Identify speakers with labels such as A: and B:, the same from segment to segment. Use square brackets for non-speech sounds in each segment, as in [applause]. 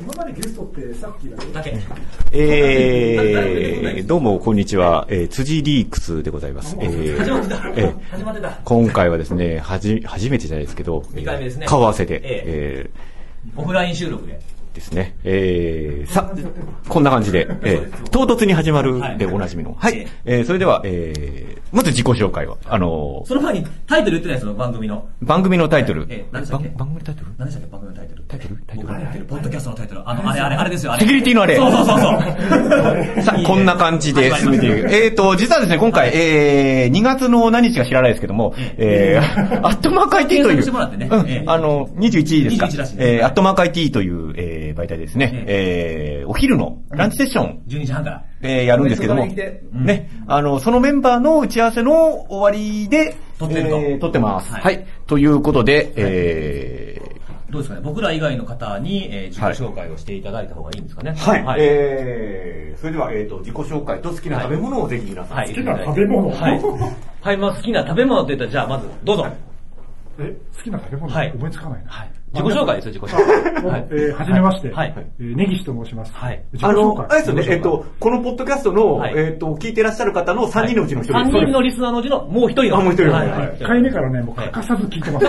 A: 今までゲストってさっきだけ
B: だけ。
C: え
B: [laughs]
C: ー、どうも、こんにちは。えー、辻リークスでございます。えー
B: 始まってた。
C: えー
B: 始まってた。
C: 今回はですね、はじ、初めてじゃないですけど、えー
B: 二回目ですね
C: 顔合わせで、
B: え
C: え
B: オフライン収録で。
C: ーですね。えー、さ、こんな感じで、えー、唐突に始まるでおなじみの。は
B: はい
C: い。えー、それでは、えー、まず自己紹介を。あのー
B: その前にタイトル言ってないですよ、番組の。
C: 番組のタイトル。
B: えー何でしたっけ
C: 番番組タイトル
B: 何でしたっけ、番組のタイトル。
C: タイトルタイトル
B: 僕らやってるポッドキャストのタイトル。あの、あれ、あれ、あれですよ、あれ。
C: セキュリティのあれ
B: そうそうそうそう。
C: さあ、こんな感じで進めていく。えーと、実はですね、今回、えー、2月の何日か知らないですけども、え
B: [laughs]
C: ー、アットマーク IT とい
B: 検索
C: う、
B: してもらってねええ
C: うん、あの、21ですか
B: 21らしい、です
C: えー、アットマーク IT という、えー、媒体ですね、えー、お昼のランチセッション、
B: 12時半から。
C: えー、やるんですけども、
A: そこから行っ
C: ね
A: て、
C: あの、そのメンバーの打ち合わせの終わりで、
B: 撮ってると
C: えー撮ってます。
B: はい
C: はい。ということで、えー、
B: どうですかね、僕ら以外の方に、えー、自己紹介をしていただいた方がいいんですかね。
C: はい。
B: え
C: えー、それでは、えっ、と、自己紹介と好きな食べ物をぜひ皆さん。
B: はい。
A: 好きな食べ物
B: はい。はい、まあ好きな食べ物って言ったら、じゃあまず、どうぞ。
A: え、好きな食べ物、
B: はい
A: 思いつかないな。
B: はい。自己紹介ですよ、自己紹介。
A: お
B: はい
A: え。ーはじめまして。
B: はい
A: えー根岸と申します。
B: はい
A: 自己
C: あ
A: 紹
C: の
A: 介、。
C: あれですよね、えっ、と、このポッドキャストの、
B: はい
C: えっ、と、聞いてらっしゃる方の3人のうちの1人です。
B: 3人のリスナーのうちのもう一人の。
C: あもう一人の
B: はい
C: は
B: はいい
A: 1回目からね、もう欠かさず聞いてます。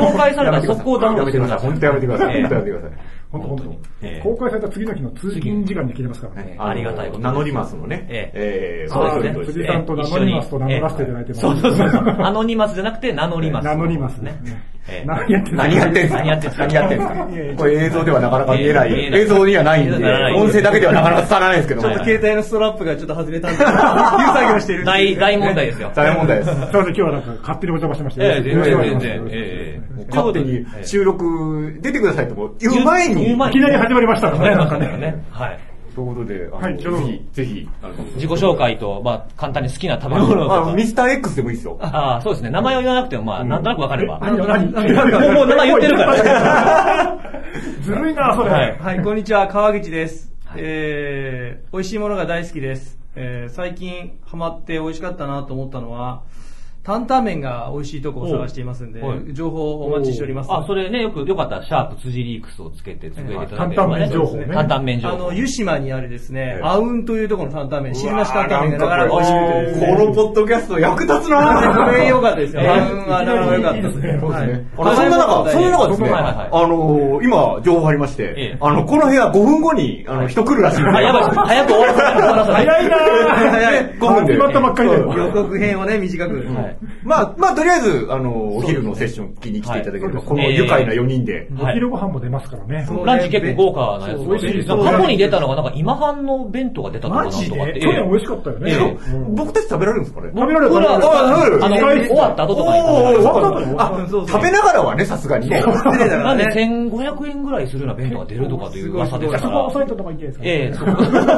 B: 公開されたら速攻ダウンロード
C: や
B: し
C: め
B: て
C: てく
B: く
C: だ
B: だ
C: さい。
B: さい。
C: 本当やめてください。
B: ええ
C: 本当やめてください。
A: 本当本当
C: ええ
A: 公開された次の日の通勤時間に聞いてますからね。
B: ありがたいことです
C: 名乗りますのね。
B: え
C: ええー
B: そうですね
C: パーソナリティとして
A: 辻さんと名乗りますと名乗らせていただいてます。
B: そうそうそうそう。アノニマスじゃなくて名乗ります。
A: 名乗りますね。
B: ええ
A: 何やってんの
C: 何やってんすか
B: 何やってんすか
C: 何やってんすか
A: いやいや
C: これ映像ではなかなか見えない。
B: 見えない
C: 映像にはないん
B: 見
C: で、
B: えない
C: 音声だけではなかなか伝わらないですけども。
B: ちょっと
C: 携
D: 携帯のストラップがちょっと外れたんで、いう作業してる。
B: 大、大問題ですよ。
C: 大問題です。
A: すいません、今日はなんか勝手にお邪魔しました。
B: ええ、全
A: よ
B: 然
A: ろしくお願
B: 全
A: いし
B: 然
A: ま。す
B: ええ。
C: 勝手に収録出てくださいとも言う前に、
B: 言う前
A: いきなり始まりましたからね、なんかね。
B: はい。
C: ということで、あの、
A: はいちょうど
C: ぜひ、ぜひ、あの
B: 自己紹介と、まあ、簡単に好きな食べ物と
C: まあ、
B: か
C: ミ。スター X でもいいですよ。
B: ああ、そうですね。名前を言わなくても、まあ、なんとなくわかれば。もう、
A: 何何
B: もう名前言ってるから。
A: ずるいな、それ。
B: はい
D: はい、こんにちは、川口です。えー、美味しいものが大好きです。えー、最近ハマって美味しかったなと思ったのは、担々麺が美味しいとこを探していますんで
B: おうはい、
D: 情報をお待ちしております。
B: あ、それね、よく、よかったら、シャープ辻リークスをつけて、つぶやいていただければね。
A: 担々麺情報ね
B: 担々麺情
D: あ
B: 報
D: の、。湯島にあるですね
C: え、え
D: あうんというところの担々麺、汁なし担々麺がなかなか
C: こ
D: 美味しくてですね。
C: のポッドキャスト役立つな
D: これ良かったですよ。
B: ええ
D: あうんはなかなか良かったです
C: そう
D: ね。
C: です
D: はい
C: ね。あのそんな中、そんな中ですね、
B: はいはいはい
C: あのー、今、情報入りまし
B: え
C: て
B: え、
C: あの、この部屋5分後に、あの、人来るらしいんですよ
B: あ、やばい、早く終わらせないと終わらせない。
A: 早いな
C: 早い
A: ぁ始まったばっかりだよ。
D: 予告編をね、短く。
B: はい
C: まあ、まあ、とりあえず、あの、お昼のセッション聞きに来ていただければ、
A: はい
C: この愉快な4人で。
A: お昼ご飯も出ますからね。
D: そう
B: ランチ結構豪華なやつ
A: そう美味しいですよ
B: 過去に出たのが、なんか今半の弁当が出たのかなとかって。
A: 去年美味しかったよね。うん
C: 僕たち食べられるんですかね
A: 食べられる
B: 僕ら
C: あ食べられる
B: あの、
A: 意外
B: 終わった後とかに食べられる
C: おー
A: わかんない
C: あ食べながらはね、さすがにね。
D: 失礼だか
B: な
D: ら
B: んで
D: ね。
B: 1500円ぐらいするような弁当が出るとかという噂で
A: じゃあ
B: す
A: そ
B: か
A: こは
B: ら
A: 押。さえとった方がいいんじゃない
B: ええ、
A: です
B: そ
A: か
B: う
A: ね。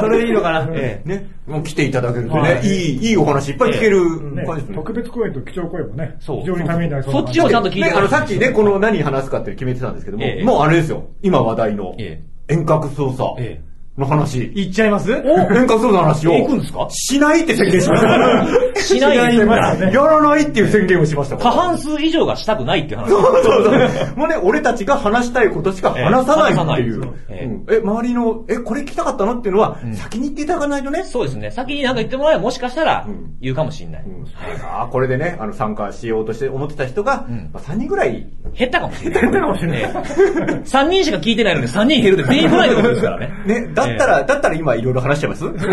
D: それでいいのかな。
B: ええ。
C: ね、もう来ていただけると
B: は
C: ね、
B: い
C: いい、いいお話いっぱい聞ける
A: ね
C: 感じですね。
A: 特別公演と基調公演もね、
B: そう
A: 非常にためになりそうな
B: そっちをちゃんと聞いて
C: ね、あの、さっきね、この何話すかって決めてたんですけども、
B: ええ
C: もうあれですよ。今話題の
B: え
C: 遠隔操作
B: え
C: の話。
D: いっちゃいます
C: 遠隔操作の話を。
B: え行くんですか
C: しないって宣言しました。
B: [laughs] しないんだ。
C: やらないっていう宣言をしましたか
B: 過
C: ら。
B: 半数以上がしたくないって話。
C: そうそうそう。もうね、俺たちが話したいことしか話さないっていう。
B: ええ
C: うんえ、周りの、え、これ聞きたかったのっていうのは、先に言っていただかないとね。
B: そうですね。先になんか言ってもらえばもしかしたら
C: ん
B: 言うかもしれない。
C: うんあーこれでね、あの、参加しようとして思ってた人が、
B: ん
C: まあ、3人ぐらい
B: 減ったかもしれない。減ったかもしれない。3人しか聞いてないのに3人減るって全員来ないってことですからね。
C: ね、だったら、だったら今いろいろ話してます
B: そうですね。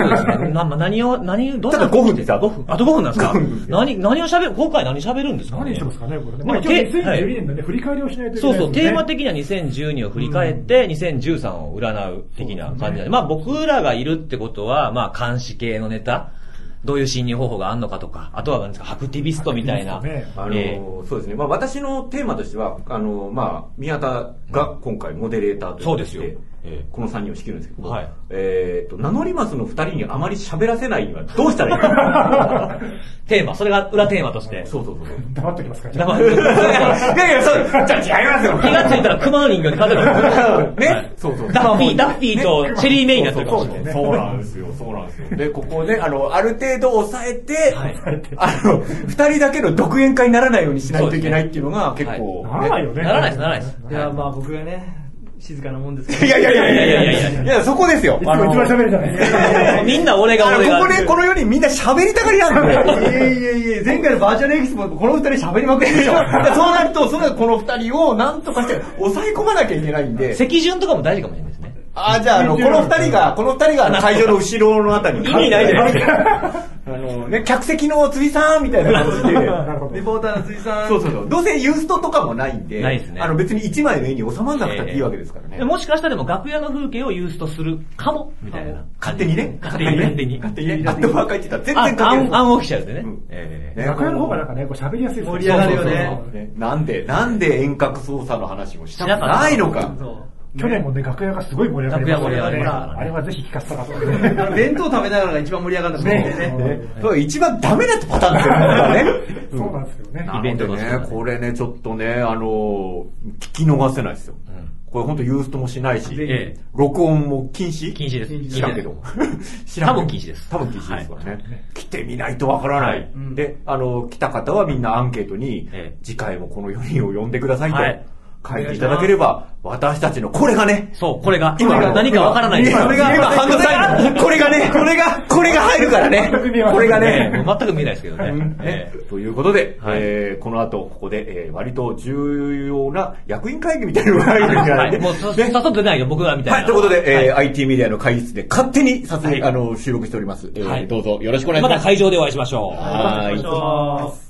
B: なまあ何を、何、どん
C: た
B: な
C: だ5分でさ、5
B: 5
C: 分
B: 分。あと5分なんですか何、何を喋る、今回何喋るんですかね
A: 何してますかね、これね。
B: ま
A: ま
B: あ
A: あ、今日
B: てはい
A: 2012年なんで振り返りをしないといけ
B: そ
A: な
B: う
A: い
B: そう、
A: です
B: テー
A: よ
B: マ
A: ね。
B: 的には2012を振り返って、2013を占う的な感じなんで、まあ僕らがいるってことは、まあ監視系のネタ、どういう侵入方法があるのかとか、あとは何ですか、ハクティビストみたいな
A: ハクティビス。
C: あの
B: えー
C: ーそうですね。まあ私のテーマとしては、あのーまあ宮田が今回モデレーターということ
B: そうですよ
E: えーこの3人を仕切るんですけど、
B: はい
E: えーと、名乗りますの2人にあまり喋らせないにはどうしたらいいか。
B: テーマ、それが裏テーマとして。
E: [laughs] そうそうそうそう。
A: 黙っときますか、じゃあ
B: 黙って [laughs]
E: いやいや、そう、じゃあ違いますよ。
B: 気がついたら熊の人形に勝てる。
E: ね
B: はい
E: そうそう
B: ダッフィー、ダッフィーとシェリー・メイになってるかもしれない。
E: そうなんですよ、そうなんですよ。で、ここをね、あの、ある程度抑えて、あの、二人だけの独演会にならないようにしないといけないっていうのが結構。
A: ならないよね。
B: ならないです、ならないです。
D: いや、まあ僕がね、静かなもんです
E: いやいやいやいや
B: い
E: いやいや
B: や
E: い
B: いや
E: やいや、そこですよ。
A: いつも一番喋るじゃないですか。
B: [laughs] みんな俺が
E: あの
B: 俺が。
E: ここで、この世にみんな喋りたがりなんで。
D: いやいやいや、前回のバーチャルエキスポ、この二人喋りまくりで
E: そうなると、そのこの二人をなんとかして抑え込まなきゃいけないんで。
B: 席順とかも大事かもしれないですね。
E: あ、じゃあ、あの、この二人が、この二人があの会場の後ろのあたりに。意味
B: ないじゃない
E: ですか。あのね、客席の辻さんみたいな感じで。
A: なるほど。
D: リポーターの辻さん。
E: そうそうそう。どうせユーストとかもないんで。
B: ないですね
E: あの、別に一枚の絵に収まんなく [laughs] たっていいわけですからね。
B: もしかしたらでも楽屋の風景をユースとするかも、みたいな。
E: 勝手にね。
B: 勝手にね
E: 勝手に。勝手にね。アットマーク入ってたら全然
B: あ、ア
E: 関係
B: ン、
E: ない
B: アンオフィシャルでね。
E: うんええね
A: 楽屋の方がなんかね、こう喋りやすいですね
D: 盛り上がるよね
A: そうそうそう
E: ねなんで、なんで遠隔操作の話をしたくないのか。
A: 去年もね、楽屋がすごい盛り上がりました
B: 楽屋盛り上がりました
A: あれはぜひ聞かせたかった。。
D: あの弁当食べながらが一番盛り上がったんですよね。
E: ねそう一番ダメなパターンですよね
A: そうなんですけどね。
E: イ
B: [laughs] イ
E: ベ
B: ベ
E: ン
B: ン
E: ト
B: トの人
E: ね
B: は、ね
E: これね、ちょっとね、あのー、聞き逃せないですよ。これ本当ユーストもしないし、
B: ええ
E: 録音も禁止
B: 禁止です
E: 知らんけど。 [laughs] 知
B: 多分禁止です
E: 多分禁止ですからね。来てみないとわからない、
D: うん
E: で、あの、来た方はみんなアンケートに、
B: ええ
E: 次回もこの4人を呼んでくださいと、
B: はい
E: 書いていただければ、私たちのこれがね、
B: そう、これが。
E: 今
B: 今
E: の
B: 何かわからないけど。
E: 今の今ハンドサイン。これがね、これが、これが入るからね。これがね。
B: ね全く見えないですけどね。
E: ね
B: ええ
E: ということで、
B: はい
E: えーこの後、ここで、えー割と重要な役員会議みたいなのがあるんじゃな
B: はいい、もう、そ誘ってないよ、僕は、みたいな。
E: はい、ということで、えー
B: は
E: IT メディアの会議室で勝手に撮影、
B: はい
E: あの、収録しております。えー
B: はい
E: どうぞよろしくお願
B: い
E: いし
B: ま
E: ま
B: た
E: す。
B: 会場でお会いしましょう。
E: はーい
D: お願いします